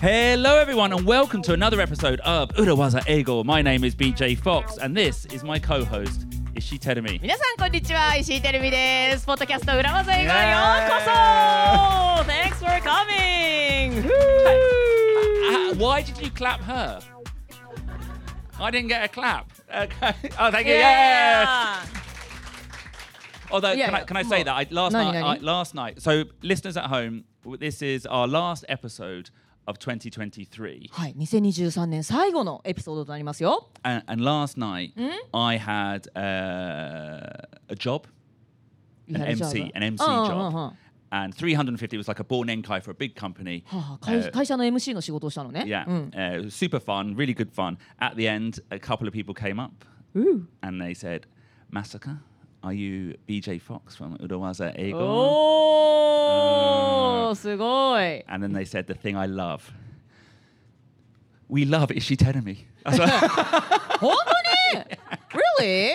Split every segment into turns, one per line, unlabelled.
Hello, everyone, and welcome to another episode of Urawaza Ego. My name is BJ Fox, and this is my co host, Ishii Terumi.
皆さんこんにちは石井てるみですポッドキャスト裏技へようこそ Thanks for coming
Ah, why did you clap her? I didn't get a clap. Okay. Oh, thank you. Yes. Although,
Yeah,
can, I,
yeah.
can I say that I, last
No,
night?
no,
I,
no.
last night. So, listeners at home, w- this is our last episode of 2023,
はい2023年最後のエピソードとなりますよ
and, and last night
Hmm?
I had uh, a job,
You
an
had a job.
MC, an MC
うんうんうん
job,
は
and 350 was like a born enkai for a big company. Uh,
あ会会社の MC の仕事をしたのね
Yeah,
うん
uh, it was super fun, really good fun. At the end, a couple of people came up and they said, "Massacre, are you BJ Fox from Urawaza
Oh.
Ego?"
お
う
ーすごい
And then they said the thing I love. We love Ishii Tenemi. That's what-
本当に Really?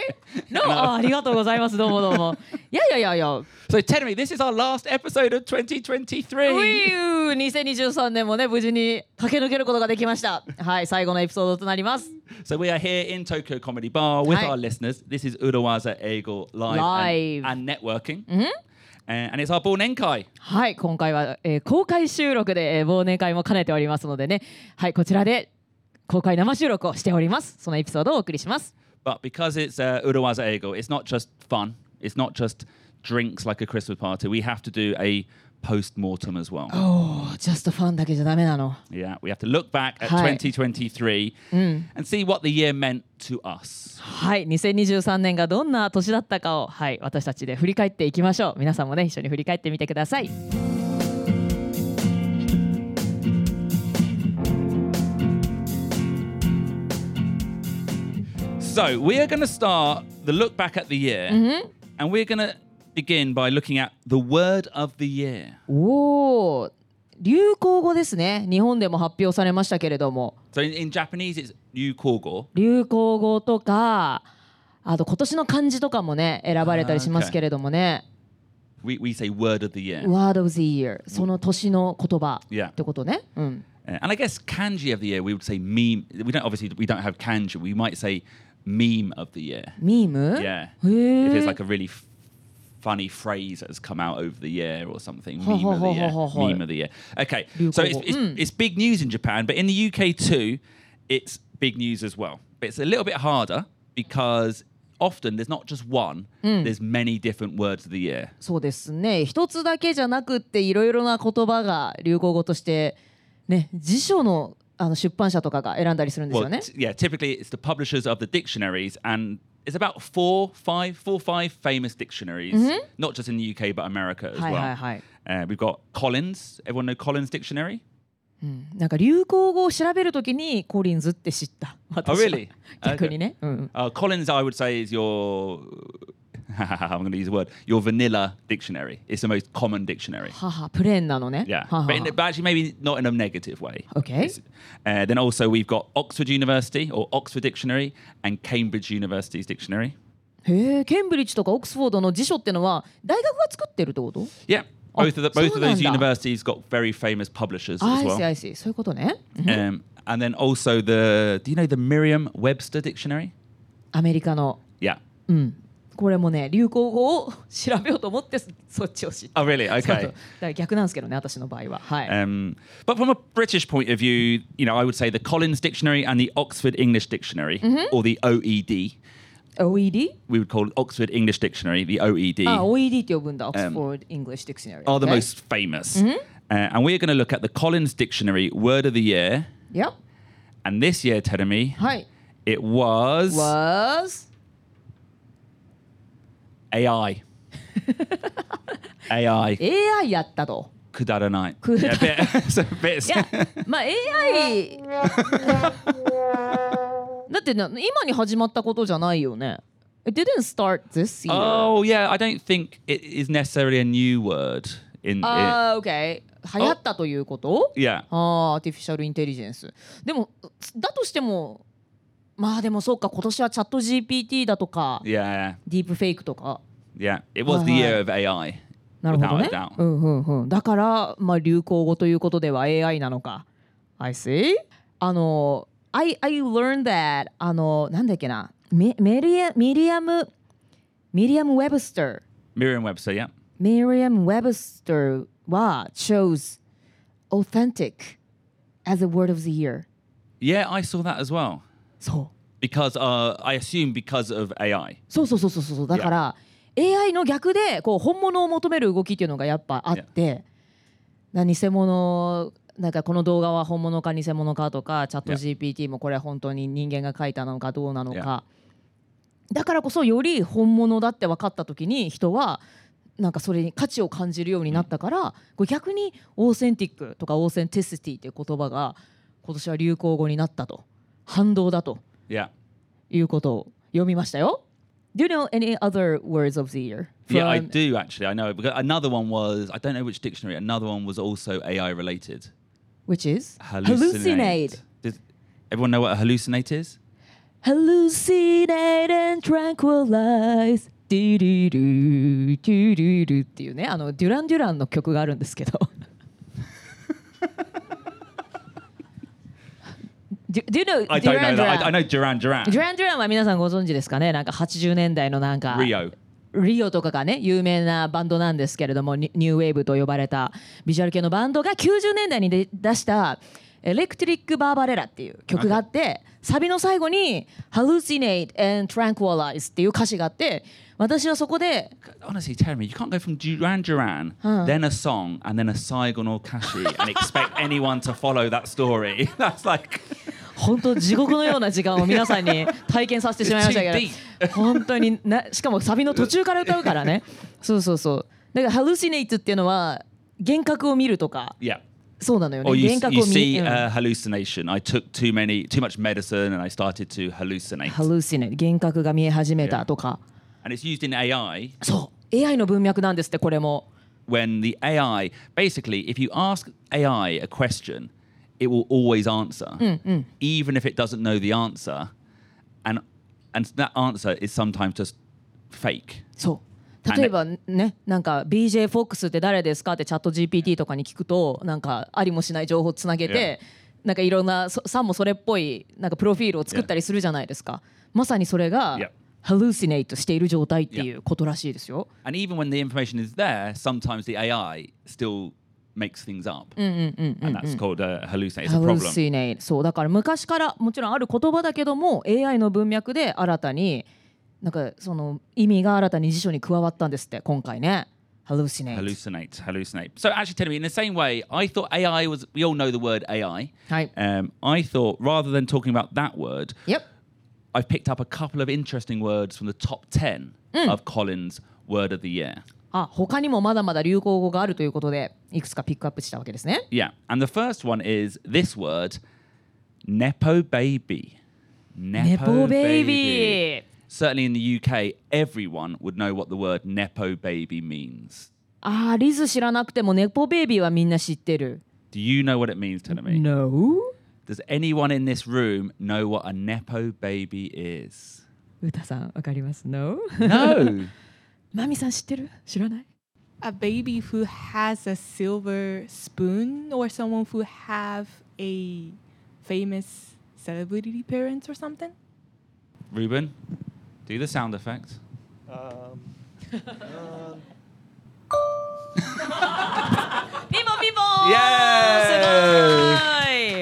No? あありがとうございますどうもどうもいやいやいやいや
so Tenemi, this is our last episode of 2023.
ういう2023年もね無事に駆け抜けることができましたはい最後のエピソードとなります
So we are here in Tokyo Comedy Bar with
Hi.
our listeners. This is Urawaza Ego live,
Live. Mm-hmm.
And, and networking. Uh, and it's our Born Enkai.
はい今回は、えー公開収録で、えー忘年会も兼ねておりますのでねはいこちらで公開生収録をしておりますそのエピソードをお送りします
But because it's uh, Urawaza Ego, it's not just fun. It's not just drinks like a Christmas party. We have to do a post-mortem as well.
おージャストファンだけじゃダメなの
Yeah, we have to look back at
Hi.
2023 and see what the year meant to us.
はい2023年がどんな年だったかをはい私たちで振り返っていきましょう皆さんもね一緒に振り返ってみてください
So we are going to start the look back at the year, and we're going to begin by looking at the word of the year.
おお流行語ですね日本でも発表されましたけれども
So in, in Japanese, it's yukogo.
流行語とかあと今年の漢字とかもね選ばれたりしますけれどもね、
We, we say word of the year.
Word of the Year その年の言葉
Yeah.
ってことね、うん、
Uh, and I guess kanji of the year, we would say meme. We don't obviously we don't have kanji. We might say meme of the year.
ミーム
Yeah.
へー
If it's like a really f- funny phrase that has come out over the year or something,
Ho,
meme
ho,
of the
ho,
year,
ho, Hmm. ho, ho.
meme of the year. Okay,
Google.
so it's, it's, it's big news in Japan, but in the UK too, it's big news as well. But it's a little bit harder because often there's not just one;
Hmm.
there's many different words of the year.
そうですね一つだけじゃなくっていろいろな言葉が流行語としてね辞書のあの出版社とかが選んだりするんですよ
Well,
ね
t- yeah, typically it's the publishers of the dictionaries, and it's about four, five, four, or five famous dictionaries, not just in the UK but America as
Mm-hmm. Hi,
well.
hi, hi.
Uh, we've got Collins. Everyone know Collins Dictionary?
なんか流行語を調べるときにコリンズって知った私は
really?
逆にね、うん、
Uh, Collins, I would say, is your. I'm going to use a word. Your vanilla dictionary. It's the most common dictionary.
ははプレーンなのね
Yeah,
はは
but, in, but actually, maybe not in a negative way.
Okay.
It's- Uh, then also we've got Oxford University or Oxford Dictionary and Cambridge University's dictionary.
へえケンブリッジとかオックスフォードの辞書ってのは大学が作ってるってこと
Yeah,
Oh,
both of the, both of those
そうなんだ。
universities got very famous publishers as
あ
well.
いあいしそういうことね
Um, and then also the do you know the Merriam-Webster dictionary?
アメリカの
Yeah.
これもね流行語を調べようと思ってそそっちを知った
Oh really?
そうそう
Okay.
だから逆なんですけどね私の場合ははい、
Um, but from a British point of view, you know, I would say the Collins Dictionary and the Oxford English Dictionary, or the OED.
OED?
We would call it Oxford English Dictionary, the OED,
あ OED って呼ぶんだ Oxford English Dictionary
are the
Okay.
most famous. Uh, and we're going to look at the Collins Dictionary Word of the Year.
Yep
And this year, Teremi,
はい
it was
Was
AI. AI.
AI やったと
Kudaranai.
Kudaranai.
Yeah, a bit, it's a bit
いやまあ AI だってな今に始まったことじゃないよね It didn't start this year
Oh yeah, I don't think it is necessarily a new word in. it.
あー OK 流行ったということ、
Yeah,
あーアーティフィシャルインテリジェンスでもだとしてもまあでもそうか今年はチャット GPT だとか
yeah,
ディープフェイクとか
yeah. It was the year
Wow.
of AI.
なるほど
Without
ね
a doubt.
うんうんうんだからまあ流行語ということでは AI なのか I see. あの、I, I learned that あの、なんだっけな、ミミリアミリアム、ミリアム・ウェブスター。
Merriam Webster, yeah.
Merriam Webster は chose authentic as a word of the year.
Yeah, I saw that as well.
そう。
Because uh, I assume because of AI.
そうそうそうそうそうだから、AI の逆でこう本物を求める動きっていうのがやっぱあって、な偽物なんかこの動画は本物か偽物かとかチャット GPT もこれは本当に人間が書いたのかどうなのか、だからこそより本物だって分かった時に人はなんかそれに価値を感じるようになったから、こう逆にオーセンティックとかオーセンティシティっていう言葉が今年は流行語になったと反動だと
Yeah.
いうことを読みましたよ。Do you know any other words of the year?
Yeah, I
from-
do actually. I know. Because another one was, I don't know which dictionary, another one was also AI related.
Which is
Hallucinate. Does everyone know what a hallucinate is?
Hallucinate and tranquilize. デュルルデュルルっていうねあのデュラン・デュランの曲があるんですけど Do, do you know,
I don't know that. I, I
Duran Duran?
know Duran Duran.
デュラン・デュランは皆さんご存知ですかねなんか80年代のなんか
Rio.
リオとかがね有名なバンドなんですけれどもニニューウェーブと呼ばれたビジュアル系のバンドが90年代にで出した「エレクトリック・バーバレラ」っていう曲があってサビの最後に「Hallucinate and Tranquilize」っていう歌詞があって私はそこで
Honestly, Terry, you can't go from Duran Duran, then a song, and then a Saigon or Kashi and expect anyone to follow that story. That's like.
本当地獄のような時間を皆さんに体験させてしまいましたけど本当になしかもサビの途中から歌うからねそうそうそうだから「Hallucinate」っていうのは幻覚を見るとか
Yeah.
そうなのよね
Or you,
幻
s-
覚
you see
を見うん
uh, hallucination. I took too many, too much medicine, and I started to hallucinate.
ハルシネ幻覚が見え始めたとか、
and it's used in AI
そう AI の文脈なんですってこれも
when the AI basically, if you ask AI a question, it will always answer, even if it doesn't know the answer, and and that answer is sometimes just fake.
そう例えばねなんか BJ フォックスって誰ですかってチャット GPT とかに聞くとなんかありもしない情報つなげて、なんかいろんなそさもそれっぽいなんかプロフィールを作ったりするじゃないですか、まさにそれが、
Yeah.
ハルシネイトしている状態っていうことらしいですよ。
And even when the information is there, sometimes the AI still makes things up, and that's called a hallucinate. It's a
ハル
problem.
シネイトそうだから昔からもちろんある言葉だけども AI の文脈で新たになんかその意味が新たに辞書に加わったんですって今回ねハルシネイト
Hallucinate, hallucinate. So actually, tell me, in the same way, I thought AI was. We all know the word AI.
Hi.
Um, I thought rather than talking about that word,
Yep
I've picked up a couple of interesting words from the top ten
Mm.
of Collins' Word of the Year.
あ他にもまだまだ流行語があるということでいくつかピックアップしたわけですね
Yeah, and the first one is this word, nepo baby.
Nepo baby
Certainly in the UK, everyone would know what the word nepo baby means.
あーリズ知らなくてもネポベイビーはみんな知ってる
Do you know what it means, Tenemi?
No?
Does anyone in this room know what a nepo baby is?
歌さんわかります No?
No.
マミさん知ってる知らない
a baby who has a silver spoon or someone who have a famous celebrity parents or something
Ruben, do the sound effect.
Um,
ピンポンピンポン
イエ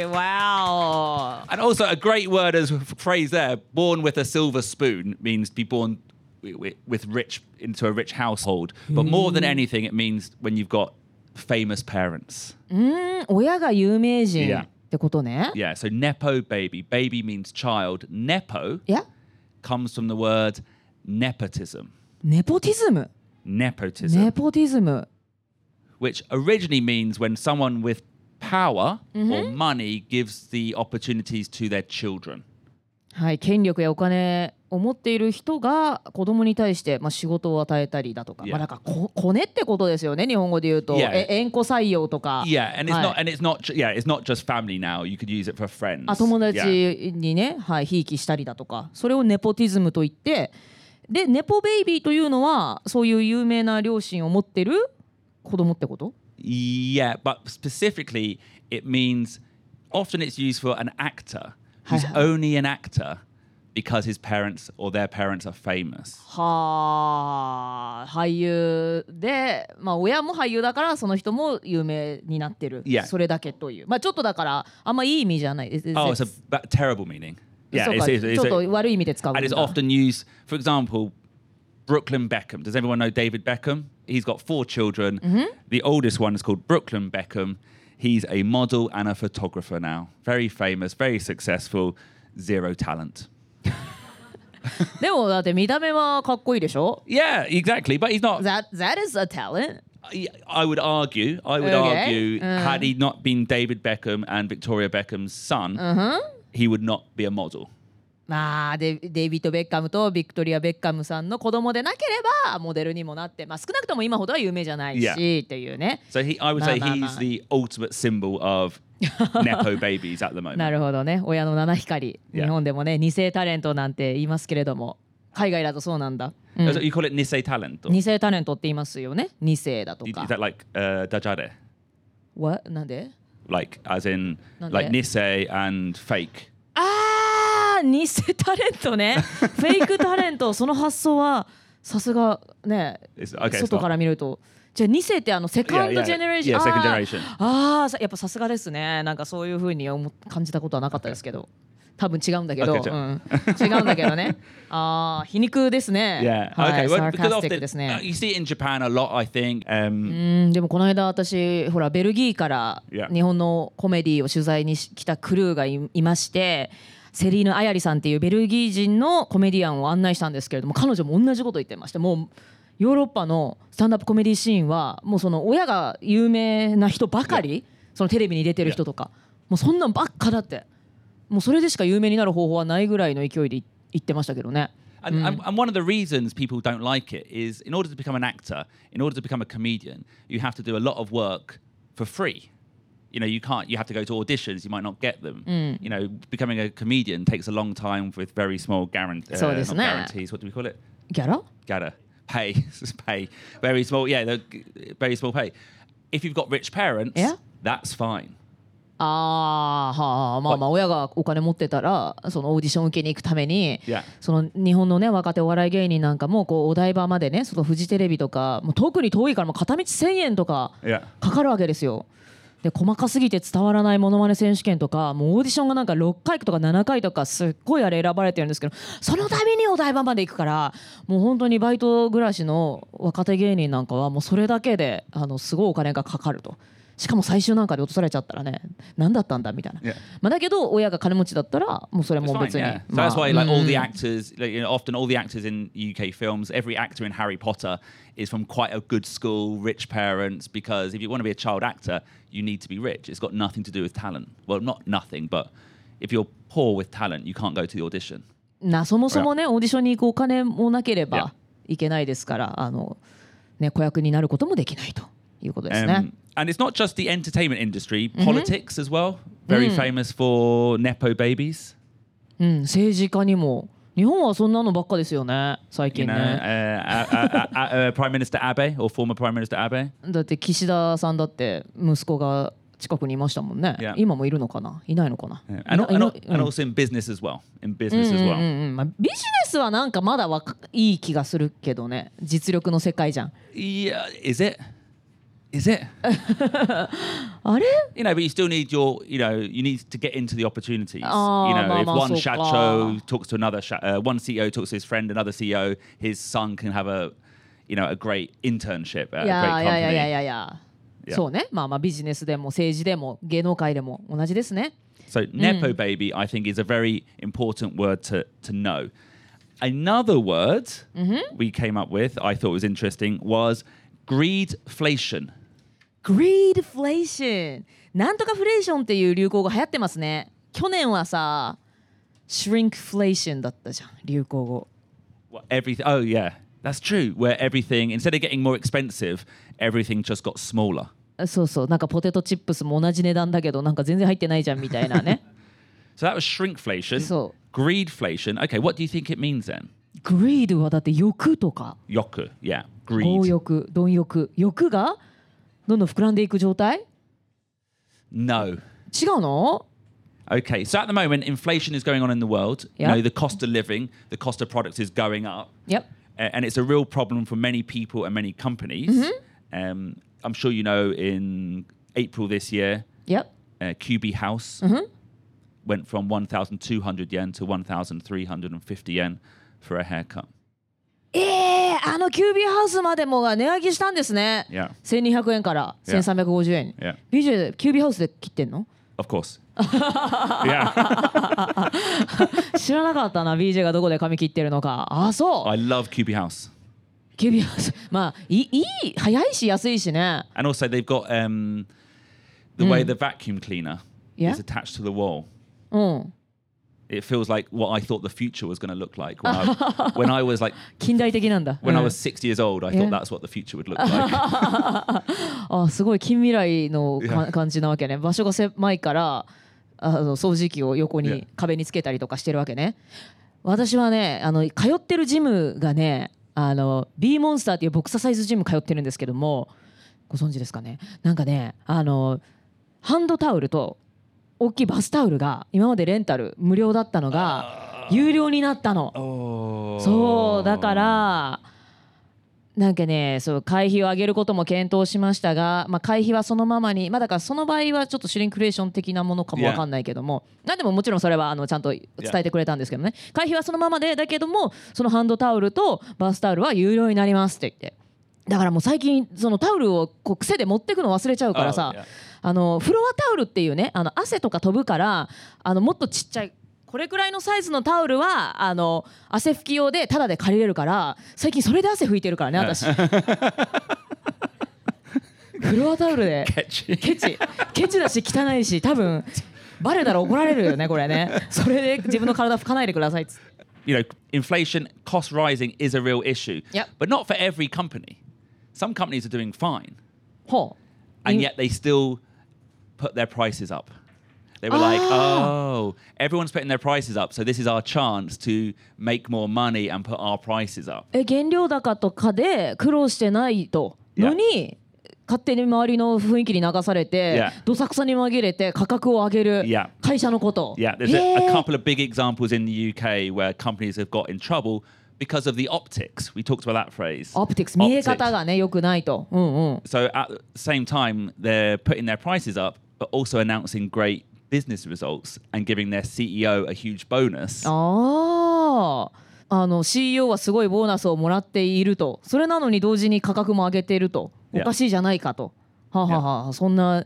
すごいわお
And also a great word as a phrase there, born with a silver spoon means to be born wi- wi- with rich into a rich household. But more than anything, it means when you've got famous parents.
うん親が有名人
Yeah.
ってことね
Yeah, so nepo baby. Baby means child. Nepo
いや
comes from the word nepotism.
ネポティズム
Nepotism,
ネポティズム
which originally means when someone with power or money gives the opportunities to their children.
はい権力やお金を持っている人が子供に対してまあ仕事を与えたりだとか、
Yeah.
まあなんかこコネってことですよね日本語で言うと、
Yeah.
え縁故採用とか
Yeah, and it's
はい
not and it's not ju- yeah, it's not just family now. You could use it for friends.
あ友
Yeah.
達にねはいひいきしたりだとかそれをネポティズムと言ってでネポベイビーというのはそういう有名な両親を持ってる子供ってこと
Yeah, but specifically, it means often it's used for an actor who's
Hi-hi.
only an actor because his parents or their parents are famous.
はあ俳優で、まあ、親も俳優だからその人も有名になってる、
Yeah.
それだけという、まあ、ちょっとだからあんまいい意味じゃないです。
Oh, it's a ba- terrible meaning. Yeah,
そう
it's,
か
it's,
ち
it's
ょっ
a,
と悪い意味で使う
and it's
んだ
often used. For example, Brooklyn Beckham. Does everyone know David Beckham? He's got four children. The oldest one is called Brooklyn Beckham. He's a model and a photographer now. Very famous, very successful. Zero talent.
でもだって見た目はかっこいいでしょ
Yeah, exactly. But he's not.
that, that is a talent
I- I would argue. I would argue.
Okay. Mm.
Had he not been David Beckham and Victoria Beckham's son,
Uh-huh.
he would not be a model.
まあデデイビッド・ベッカムとビクトリア・ベッカムさんの子供でなければモデルにもなって、まあ、少なくとも今ほどは有名じゃないし
Yeah.
っていうね
So he, I would
Nah,
say
nah,
he's
nah.
the ultimate symbol of nepo babies at the
な
moment.
るほどね親の七光
Yeah.
日本でもね二世タレントなんて言いますけれども海外だとそうなんだ、うん
You call it nisei talent. Or,
二世タレントって言いますよね二世だと
is
か
that like uh, dajare?
わなんで
Like as in
Not
like
yet.
nisei and fake.
あー偽タレン トねフェイクタレントその発想はさすがね
It's- okay,
外
stop.
から見るとじゃあ2世ってあのセカンドジェネレーション
Yeah, second generation.
あーあーさやっぱさすがですねなんかそういうふうに思っ感じたことはなかったですけ ど多分違うんだけど、
Okay, じゃあ
うん、違うんだけ どね あー皮肉ですね
Yeah.
はい、
okay.
サ
Well, because
ーカスティッ
often
クです
uh,
ね
you see it in Japan a lot. I think. Um,
うんでもこの間私ほらベルギーから
Yeah.
日本のコメディを取材にし来たクルーがいいましてセリーヌ・アヤリさんっていうベルギー人のコメディアンを案内したんですけれども彼女も同じこと言ってましてもうヨーロッパのスタンダップコメディシーンはもうその親が有名な人ばかりそのテレビに出てる人とかもうそんなんばっかだってもうそれでしか有名になる方法はないぐらいの勢いでい言ってましたけどね。
And, and,
Mm.
and one of the reasons people don't like it is in order to become an actor, in order to become a comedian, you have to do a lot of work for free. You know, you can't, you have to go to auditions, you might not get them.
Mm.
You know, becoming a comedian takes a long time with very small guarant- uh,
So it is
not
not.
guarantees. What do we call it?
ギャラ
Gotta pay. Just pay. Very small, yeah, the- very small pay. If you've got rich parents,
Yeah.
that's fine.
あーはあまあまあ親がお金持ってたらそのオーディション受けに行くために
Yeah.
その日本のね若手お笑い芸人なんかもこうお台場までねそのフジテレビとかもう特に遠いからもう片道1,000円とか
Yeah.
かかるわけですよ。で細かすぎて伝わらないものまね選手権とかもうオーディションがなんか6回とか7回とかすっごいあれ選ばれてるんですけどそのためにお台場まで行くからもう本当にバイト暮らしの若手芸人なんかはもうそれだけであのすごいお金がかかると。しかも最終なんかで落とされちゃったらね何だったんだみたいな、
Yeah.
まあ、だけど親が金持ちだったらもうそれ
It's
も
fine,
別に、
yeah. So
まあ
that's why, like, all
うん
the actors, like, you know, often all the actors in UK films, every actor in Harry Potter is from quite a good school, rich parents, because if you want to be a child actor, you need to be rich. It's got nothing to do with talent. Well, not nothing, but if you're poor with talent, you can't go to the audition.
なそもそもねオーディションに行くお金もなけれ
いや
ばいけないですからあの、ね、子役になることもできないということです
Um,
ね。
and it's not Mm-hmm. just the entertainment industry, politics as well. Very famous for Nepo babies.
うん、政治家にも日本はそんなのばっかですよね最
You
近
know,
ね。
uh, uh, uh, uh, uh, Prime Minister Abe or former Prime Minister Abe.
だって岸田さんだって息子が近くにいましたもんね。
いや
今もいるのかないないのかな、
Yeah.
い
And,
な
al- and, al-
いな
and also in business as well. In business as well.
うんうんまあ、ビジネスはなんかまだわかいい気がするけどね実力の世界じゃん。
Yeah, is it? Is it?
あれ
you know, but you still need your, you know, you need to get into the opportunities.
Oh,
you know,
no,
if
no,
one
so
shacho
far.
talks to another, sha- uh, one CEO talks to his friend, another CEO, his son can have a, you know, a great internship at a great
いや
company.
いやいやいやいやいや
いや
そうねまあまあビジネスでも政治でも芸能界でも同じですね
So nepo baby, I think, is a very important word to to know. Another word we came up with, I thought was interesting, was greedflation.
Greedflation なんとかフレーションっていう流行語流行ってますね去年はさ Shrinkflation だったじゃん流行語
Well, everything. Oh yeah, that's true. Where everything, instead of getting more expensive, everything just got smaller.
そうそうなんかポテトチップスも同じ値段だけどなんか全然入ってないじゃんみたいな ね
So that was shrinkflation.
So-
greedflation. Okay, what do you think it means then?
Greed はだって欲とか
Yoku. Yeah,
強
greed.
欲貪欲欲がどんどん膨らんでいく状態
no,
違うの
Okay, so at the moment, inflation is going on in the world.
Yeah.
You know, the cost of living, the cost of products is going up.
Yep.
A- and it's a real problem for many people and many companies.
Mm-hmm.
Um, I'm sure you know in April this year,
Yep.
uh, QB House
Mm-hmm.
went from 1,200 yen to 1,350 yen for a haircut.
ええあのキュービーハウスまでもが値上げしたんですね。
Yeah.
1200円から1350円。
Yeah.
BJ キュービーハウスで切ってんの
Of course. yeah.
知らなかったな BJ がどこで髪切ってるのかあそう
I love QB House.
キュービーハウスまあいいい早いし安いしね
And also, they've got um, the way the vacuum cleaner
Mm. Yeah.
is attached to the wall.
うん
It feels like what I thought the future was going to look like when I, when I was like
近代的なんだ
when I
うん
was six years old. I thought
Yeah.
that's what the future would look like.
あすごい近未来のか
Yeah.
感じなわけね場所が狭いからあの掃除機を横に、
Yeah.
壁につけたりとかしてるわけね私はねあの通ってるジムがねあの B モンスターっていうボクササイズジム通ってるんですけどもご存知ですかねなんかねあのハンドタオルと大きいバスタオルが今までレンタル無料だったのが有料になったの。
oh.
そうだからなんかねそう会費を上げることも検討しましたが、まあ、会費はそのままに、まあ、だからその場合はちょっとシュリンクレーション的なものかも
Yeah.
わかんないけども、なんでももちろんそれはあのちゃんと伝えてくれたんですけどね、会費はそのままでだけどもそのハンドタオルとバスタオルは有料になりますって言ってだからもう最近そのタオルをこう癖で持ってくの忘れちゃうからさ、
Oh, yeah.
あのフロアタオルっていうねあの汗とか飛ぶからあのもっとちっちゃいこれくらいのサイズのタオルはあの汗拭き用でタダで借りれるから最近それで汗拭いてるからね 私フロアタオルで
Catchy.
ケチケチだし汚いし多分バレたら怒られるよねこれねそれで自分の体拭かないでくださいっつって
you know, inflation, cost rising is a real issue.
Yep.
But not for every company. Some companies are doing fine,
ほう
and
You-
yet they still put their prices up. They were like, oh, everyone's putting their prices up, so this is our chance to make more money and put our prices up.
え原料高とかで苦労してないと
いや
のに勝手に周りの雰囲気に流され
い
て
や
どさくさに紛れて価格を上げ
い
る
や
会社のこと
Yeah, there's
へ
a, a
ー
couple of big examples in the UK where companies have got in trouble because of the optics. We talked about that phrase.
オプティクス見え方がね良くないと、うんうん、
So at the same time, they're putting their prices up, but also announcing great business results and giving their CEO a huge bonus.
Oh. あーあの CEO はすごいボーナスをもらっているとそれなのに同時に価格も上げていると
い
お
や
かしいじゃないかとはあはあはあそんな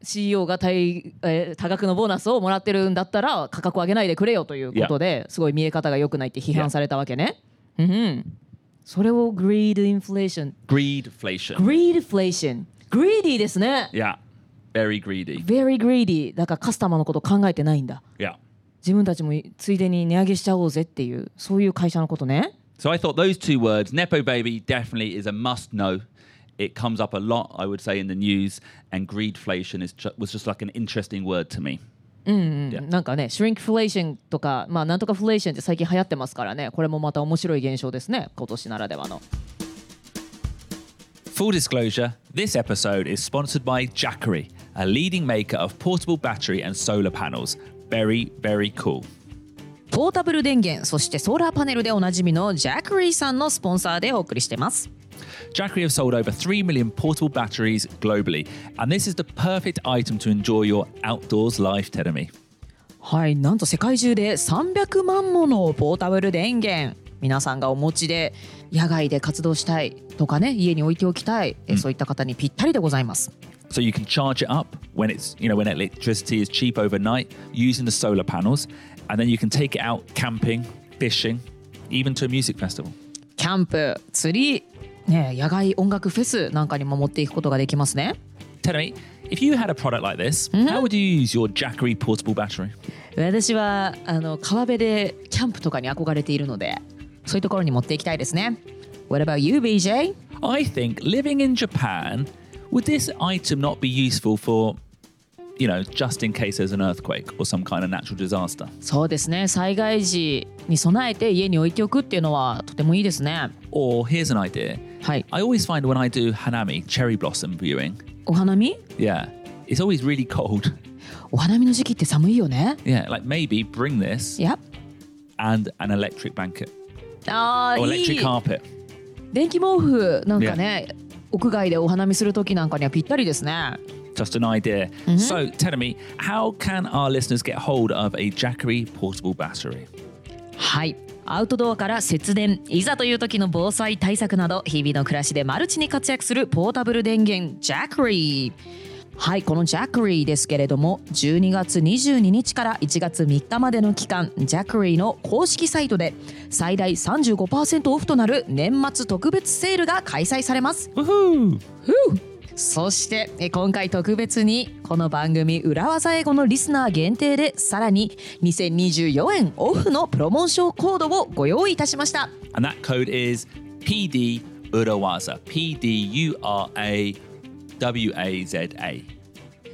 CEO が大、えー多額のボーナスをもらってるんだったら価格を上げないでくれよということですごい見え方が良くないって批判されたわけね。うんうん、それを Greed Inflation
Greedflation.
Greed Inflation Greedy ですね
Yeah, very greedy.
Very greedy だからカスタマーのこと考えてないんだ
Yeah.
自分たちもついでに値上げしちゃおうぜっていうそういう会社のことね
So I thought those two words, Nepo baby, definitely is a must know. It comes up a lot, I would say, in the news, and greedflation is ju- was just like an interesting word to me.
なんかね、シュリンクフレーションとか、まあ、なんとかフレーションって最近流行ってますからね、これもまた面白い現象ですね、今年ならではの。
Full disclosure this episode is sponsored by Jackery, a leading maker of portable battery and solar panels. Very, very cool.
ポータブル電源、そしてソーラーパネルでおなじみのジャックリーさんのスポンサーでお送りしてます。
Jackery have sold over 3 million portable batteries globally, and this is the perfect item to enjoy your outdoors life, Tedemi.
はい、なんと世界中で300万ものポータブル電源。皆さんがお持ちで野外で活動したいとかね家に置いておきたい、えそういった方にぴったりでございます
So you can charge it up when it's, you know, when electricity is cheap overnight using the solar panels, and then you can take it out camping, fishing, even to a music festival.
キャンプ釣り、ね、野外音楽フェスなんかにも持っていくことができますね
Tedemi, if you had a product like this, how would you use your Jackery portable battery?
私はあの川辺でキャンプとかに憧れているのでそういうところに持っていきたいですね What about you BJ?
I think living in Japan, would this item not be useful for, you know, just in case there's an earthquake or some kind of natural disaster?
そうですね災害時に備えて家に置いておくっていうのはとてもいいですね
Or here's an idea.
はい
I always find when I do Hanami cherry blossom viewing,
お花見
yeah, it's always really cold.
お花見の時期って寒いよね
Yeah, like maybe bring this
いや
and an electric blanket
あ
or
ー
electric
いい
carpet.
電気毛布なんかね、屋外でお花見する時なんかにはぴったりですね
Just an idea. So, tell me, how can our listeners get hold of a Jackery portable battery?
はいアウトドアから節電いざという時の防災対策など日々の暮らしでマルチに活躍するポータブル電源ジャクリーはいこのジャクリーですけれども12月22日から1月3日までの期間ジャクリーの公式サイトで最大35%オフとなる年末特別セールが開催されます
Woohoo!
そしてえ今回特別にこの番組裏技英語のリスナー限定でさらに2024円オフのプロモーションコードをご用意いたしました
And that code is PD Urawaza. P D U R A W A Z A.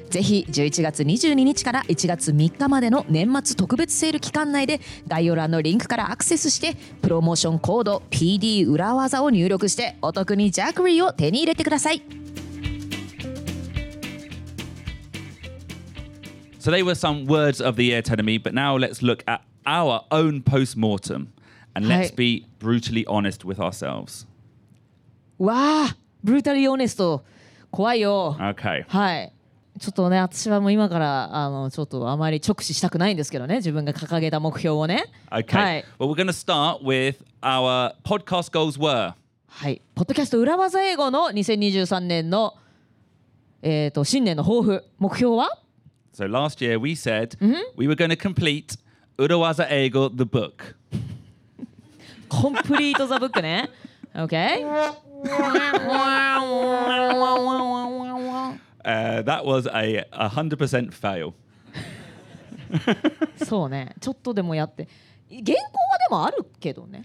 ぜひ11月22日から1月3日までの年末特別セール期間内で概要欄のリンクからアクセスしてプロモーションコード PD 裏技を入力してお得にジャクリーを手に入れてください
So they were some words of the year, Tenemy, but now let's look at our own post mortem and let's
Hi.
be brutally honest with ourselves.
わあブルータリーオネスト怖いよ
Okay.
はい。ちょっとね、私はもう今から、あの、ちょっとあまり直視したくないんですけどね、自分が掲げた目標をね。
Okay.
はい。
Well, we're going to start with our podcast goals were.
はい。ポッドキャスト裏技英語の2023年の、えっ、と、新年の抱負、目標は
So last year we said we were going to complete Urawaza Ego, the book.
コンプリートザブックね。OK?
Uh, that was a 100% fail.
そうね。ちょっとでもやって。原稿はでもあるけどね。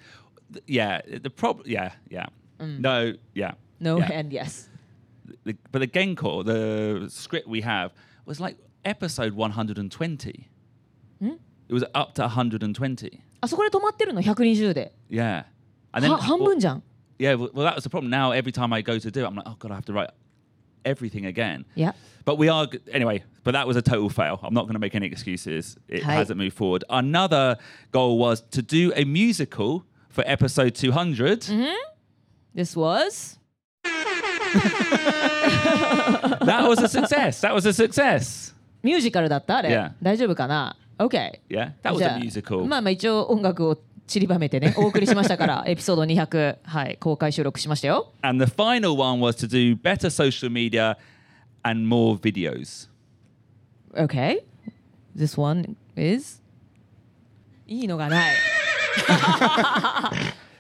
Th- Yeah, the problem. Yeah, yeah. No, yeah.
No
yeah.
and yes.
The, but the Genko, the script we have, was like episode 120. It was up to 120.
あそこで止まってるの120で。
Yeah. And
は半
well,
分じゃん。
yeah, well, well, that was the problem. Now every time I go to do it, I'm like, oh god, I have to write everything again.
いや。
But we are g- anyway. But that was a total fail. I'm not going to make any excuses. It
Hey.
hasn't moved forward. Another goal was to do a musical for episode 200.
This was?
That was a success. That was a success.
ミュージカルだったあれ、
Yeah.
大丈夫かな ?OK。
Yeah, that was
じゃ
a
あ
musical.
まあまあ一応音楽を散りばめて ね、お送りしましたから、エピソード200、はい、公開収録しましたよ。
And the final one was to do better social media and more videos.
OK。This one is? いいのがない。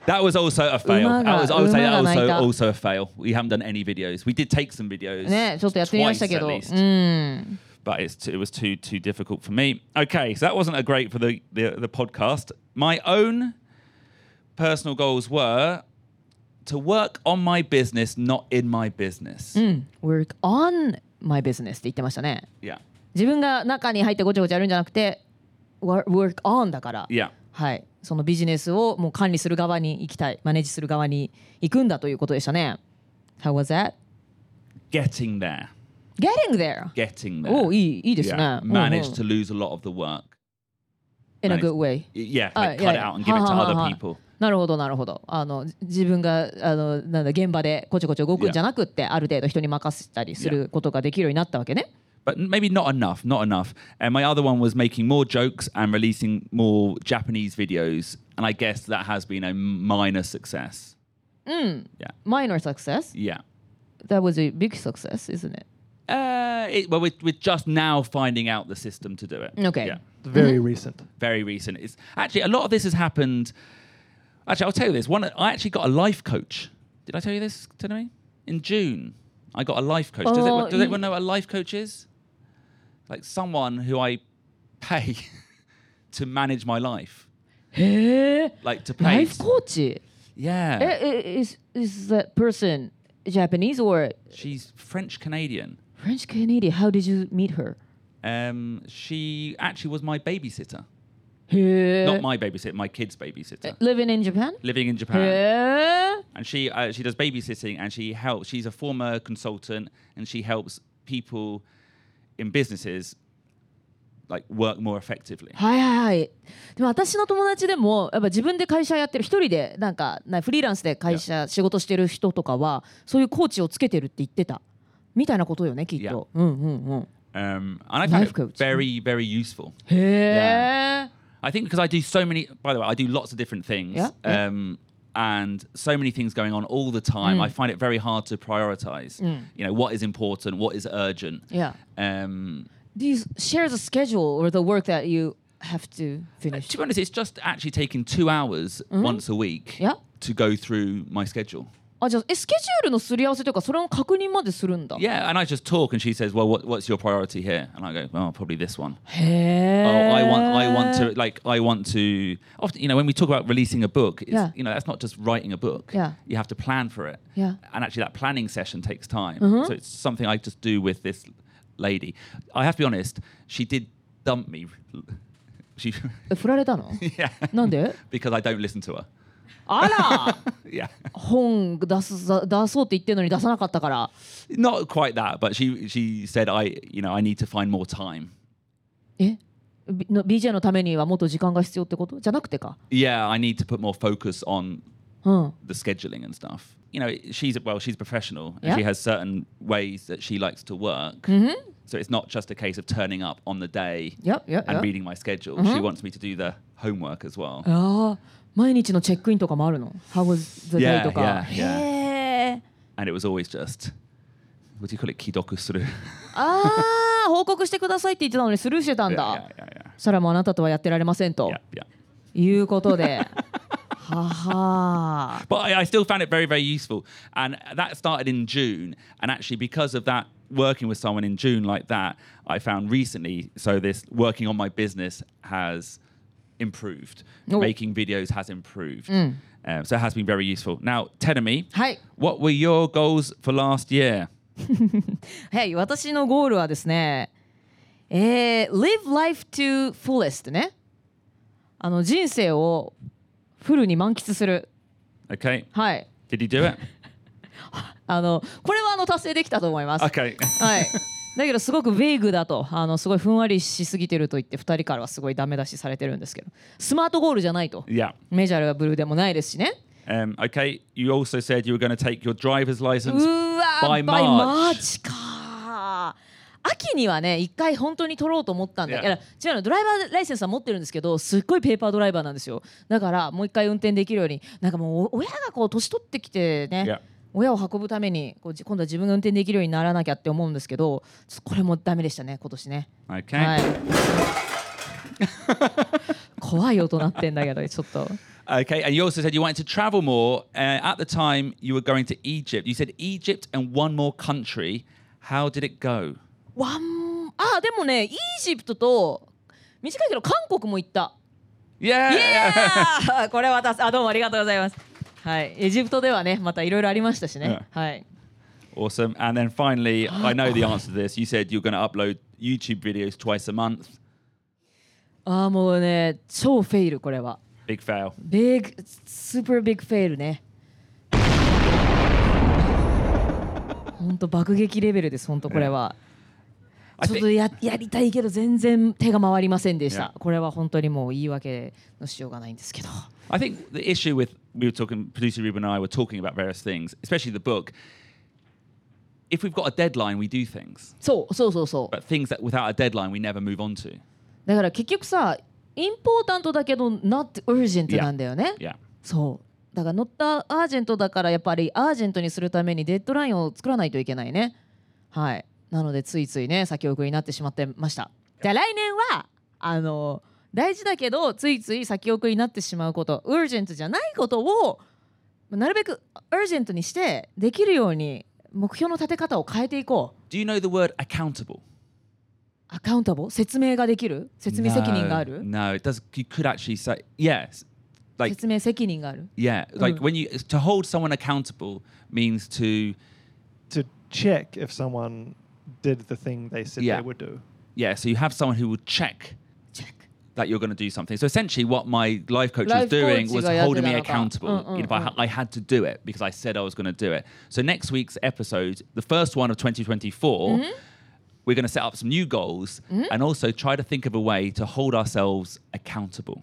That was also a fail.
Umaga-
I was, I would say that
Umaga
also
naika.
also a fail. We haven't done any videos. We did take some videos.
ね、ちょっとやってみま
twice
したけ
at
ど。う
least.
ん。
but it's too, it was too too difficult for me. Okay, so that wasn't a great for the, the the podcast. My own personal goals were to work on my business, not in my business.
Mm. Work on my business って言ってましたね。
Yeah,
自分が中に入ってごちゃごちゃやるんじゃなくて、wor- Work on だから。
yeah,
はい、そのビジネスをもう管理する側に行きたい、マネージする側に行くんだということでしたね。How was that?
getting there,
Getting there!
getting there.
おお、いいいいですね。
yeah.
うんうん
managed to lose a lot of the work.
In a good way.
Y- Oh, Yeah,
あ
like
いや
cut
い
it
や
out and give it
は
to
はは
other
は
people.
なるほどなるほどあのじ自分があのなんだ現場でこちょこちょ動くんじゃなくって、ある程度人に任せたりすることができるようになったわけね
But maybe not enough, not enough. And my other one was making more jokes and releasing more Japanese videos. And I guess that has been a minor success.
Minor success
Yeah.
That was a big success isn't it?
Uh, it, well, we're, we're just now finding out the system to do it.
Okay.
Yeah.
Very recent.
Very recent. It's actually a lot of this has happened. Actually, I'll tell you this. One, I actually got a life coach. Did I tell you this today? In June, I got a life coach. does,
Oh,
it, does
you-
anyone know what a life coach is? Like someone who I pay to manage my life.
へえ
Like to
ラ
pay.
イフコーチ
Yeah.
ええ is, is that person Japanese or
She's French Canadian.
French Canadian? How did you meet her?
Um, she actually was my babysitter.
へえ
Not my babysitter, my kid's babysitter.
Living in Japan?
Living in
Eh.
Japan.
へえ
and she uh, she does babysitting and she helps she's a former consultant and she helps people in businesses like work more effectively.
はいはいはいでも私の友達でもやっぱ自分で会社やってる一人でなんかなフリーランスで会社仕事してる人とかはそういうコーチをつけてるって言ってたみたいなことよねきっと、うんうんうん
Um, and I found
Life
it
coach.
very, very useful.
へえ
Yeah. I think because I do so many. By the way, I do lots of different things,
Yeah, yeah.
um, and so many things going on all the time.
Mm.
I find it very hard to prioritize. You know what is important, what is urgent.
Yeah.
Um,
Do you share the schedule or the work that you have to finish?
to be honest, it's just actually taking two hours once a week
Mm-hmm. Yeah.
to go through my schedule.
あじゃあえスケジュールのすり合わせというかそれの確認までするんだ。
Yeah, and I just talk, and she says, "Well, what, what's your priority here?" And I go, "Well, probably this one."
へ
Oh,
e
I want, I want to, like, I want to. Often, you know, when we talk about releasing a book, it's,
Yeah.
you know, that's not just writing a book.
Yeah.
You have to plan for it.
Yeah.
And actually, that planning session takes time.
Mm-hmm.
So it's something I just do with this lady. I have to be honest. She did dump me. She,
え振られたの
yeah,
なんで
because I don't listen to her.
あら
Yeah.
本出す出そうって言ってるのに出さなかったから。
Not quite that, but she she said I, you know, I need to find more time.
え B- の ?BJ のためにはもっと時間が必要ってことじゃなくてか。
Yeah, I need to put more focus on
うん。
the scheduling and stuff. You know, she's well, she's a professional and
Yeah. Mm-hmm.
she has certain ways that she likes to work. So it's not just a case of turning up on the day
Yep, yep,
and
yep.
reading my schedule. She wants me to do the homework as well.
Uh-huh. ああ毎日のチェックインとかもあるの ?How was the day
Yeah,
とか。
yeah, yeah.
へえ。
And it was always just what do you call it? Kidoku suru.
ああ報告してくださいって言ってたのにスルーしてた ん
yeah,
だ。
yeah, yeah, yeah.
それはもうあなたとはやってられませんと
Yeah, yeah.
いうことではは
But I, I still found it very, very useful. And that started in June. And actually, because of that, working with someone in June like that, I found recently, so this working on my business has improved.
Oh.
Making videos has improved. Um, so it has been very useful. Now, Tenemy,
はい、
what were your goals for last year?
はい、私のゴールはですねえー、live life to fullest ねあの人生をフルに満喫する
Okay.
はい
Did you do it?
あのこれはあの達成できたと思います
Okay.
はいだけどすごくベイグだとあのすごいふんわりしすぎてると言って2人からはすごいダメ出しされてるんですけどスマートゴールじゃないと
yeah.
メジャーブルーでもないですしね
Um, okay. You also said you were going to take your driver's
う
license
ー
by
わバイマ
March.
ーチか秋にはね一回本当に取ろうと思ったんだけど
Yeah.
違うのドライバーライセンスは持ってるんですけどすっごいペーパードライバーなんですよだからもう一回運転できるようになんかもうお親がこう年取ってきてね、
Yeah.
親を運ぶためにこうじ今度は自分が運転できるようにならなきゃって思うんですけどちょっとこれもダメでしたね今年ね、
Okay.
はい、怖い大人ってんだけどちょっと
Okay, and you also said you wanted to travel more. Uh, at the time, you were going to Egypt. You said Egypt and one more country. How did it go?
ワンあでもねイージプトと短いけど韓国も行った
Yeah.
いやーこれ私あどうもありがとうございます。はい、エジプトではねまたいろいろありましたしね。はい。
Awesome. And then finally, I know the answer to this. You said you're going to upload YouTube videos twice a month.
ああもうね超フェイルこれは。
Big fail.
ビッグスーパービッグフェイルね。本当爆撃レベルです本当これは。
I
ちょっ
think-
とややりたいけど全然手が回りませんでした。
Yeah.
これは本当にもう言い訳のしようがないんですけど。
I think the issue with we were talking, producer Ruben and I were talking about various things, especially the book. If we've got a deadline, we do things,
そうそうそうそう。
but things that without a deadline, we never move on to.
だから結局さインポータントだけど not urgent
Yeah.
なんだよね。
Yeah.
そうだから乗ったアージェントだからやっぱりアージェントにするためにデッドラインを作らないといけないねはいなのでついついね先送りになってしまってましたじゃあ来年はあの大事だけどついつい先送りになってしまうことウージェントじゃないことをなるべくウージェントにしてできるように目標の立て方を変えていこう
Do you know the word accountable?
アカウンタボ説明ができる説明責任があ
No,
る、
No, it does. You could actually say yes, like
説明責任がある
yeah, like when you to hold someone accountable means to
to check if someone did the thing they said
Yeah.
they would do.
yeah. So you have someone who will check
チェック
that you're going to do something. So essentially, what my life coach was
Life
doing
coach
was
がやってた
holding me
のか
accountable.
うんうんうん
You know, but I ha- I had to do it because
Mm-hmm.
I said I was going to do it. So next week's episode, the first one of 2024. we're going to set up some new goals and also try to think of a way to hold ourselves accountable.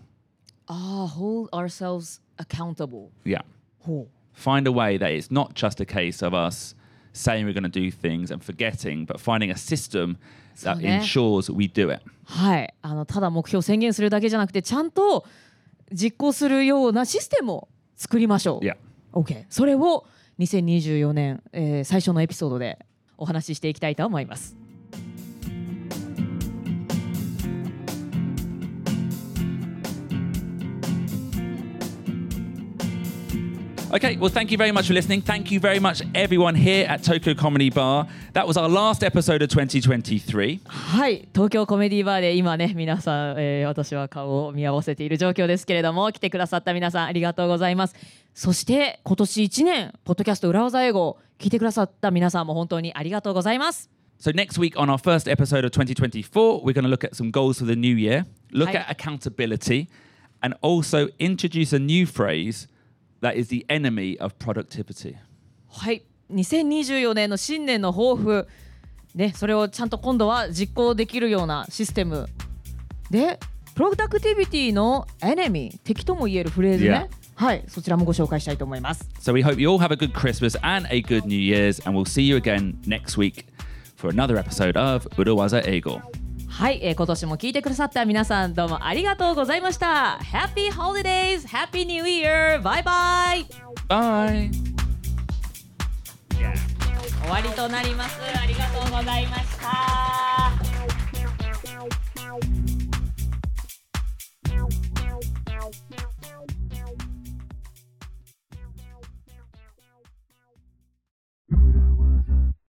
Ah, hold ourselves accountable.
Yeah.
ほ
Find a way that it's not just a case of us saying we're going to do things and forgetting, but finding a system that
So, yeah.
ensures we do it.
うはいあのただ目標を宣言するだけじゃなくてちゃんと実行するようなシステムを作りましょう。
Yeah.
OK それを2024年、えー最初のエピソードでお話ししていきたいと思います。
Okay, well, thank you very much for listening. Thank you very much, everyone here at Tokyo Comedy Bar. That was our last episode of 2023.
はい東京コメディバーで今ね皆さん、えー私は顔を見合わせている状況ですけれども来てくださった皆さんありがとうございますそして今年1年ポッドキャスト裏技英語を聞いてくださった皆さんも本当にありがとうございます
So, next week on our first episode of 2024, we're going to look at some goals for the new year, look
Hi.
at accountability, and also introduce a new phrase that is the enemy of productivity.
はい2024年の新年の抱負ねそれをちゃんと今度は実行できるようなシステムでプロダクティビティのエネミー敵とも言えるフレーズ
Yeah.
ねはいそちらもご紹介したいと思います
So, we hope you all have a good Christmas and a good New Year's, and we'll see you again next week for another episode of Urawaza Ego.
はい、えー今年も聞いてくださった皆さんどうもありがとうございました。Happy Holidays! Happy New Year! バイバイ
Bye.
終わりとなります。ありがとうございました。
Thank you.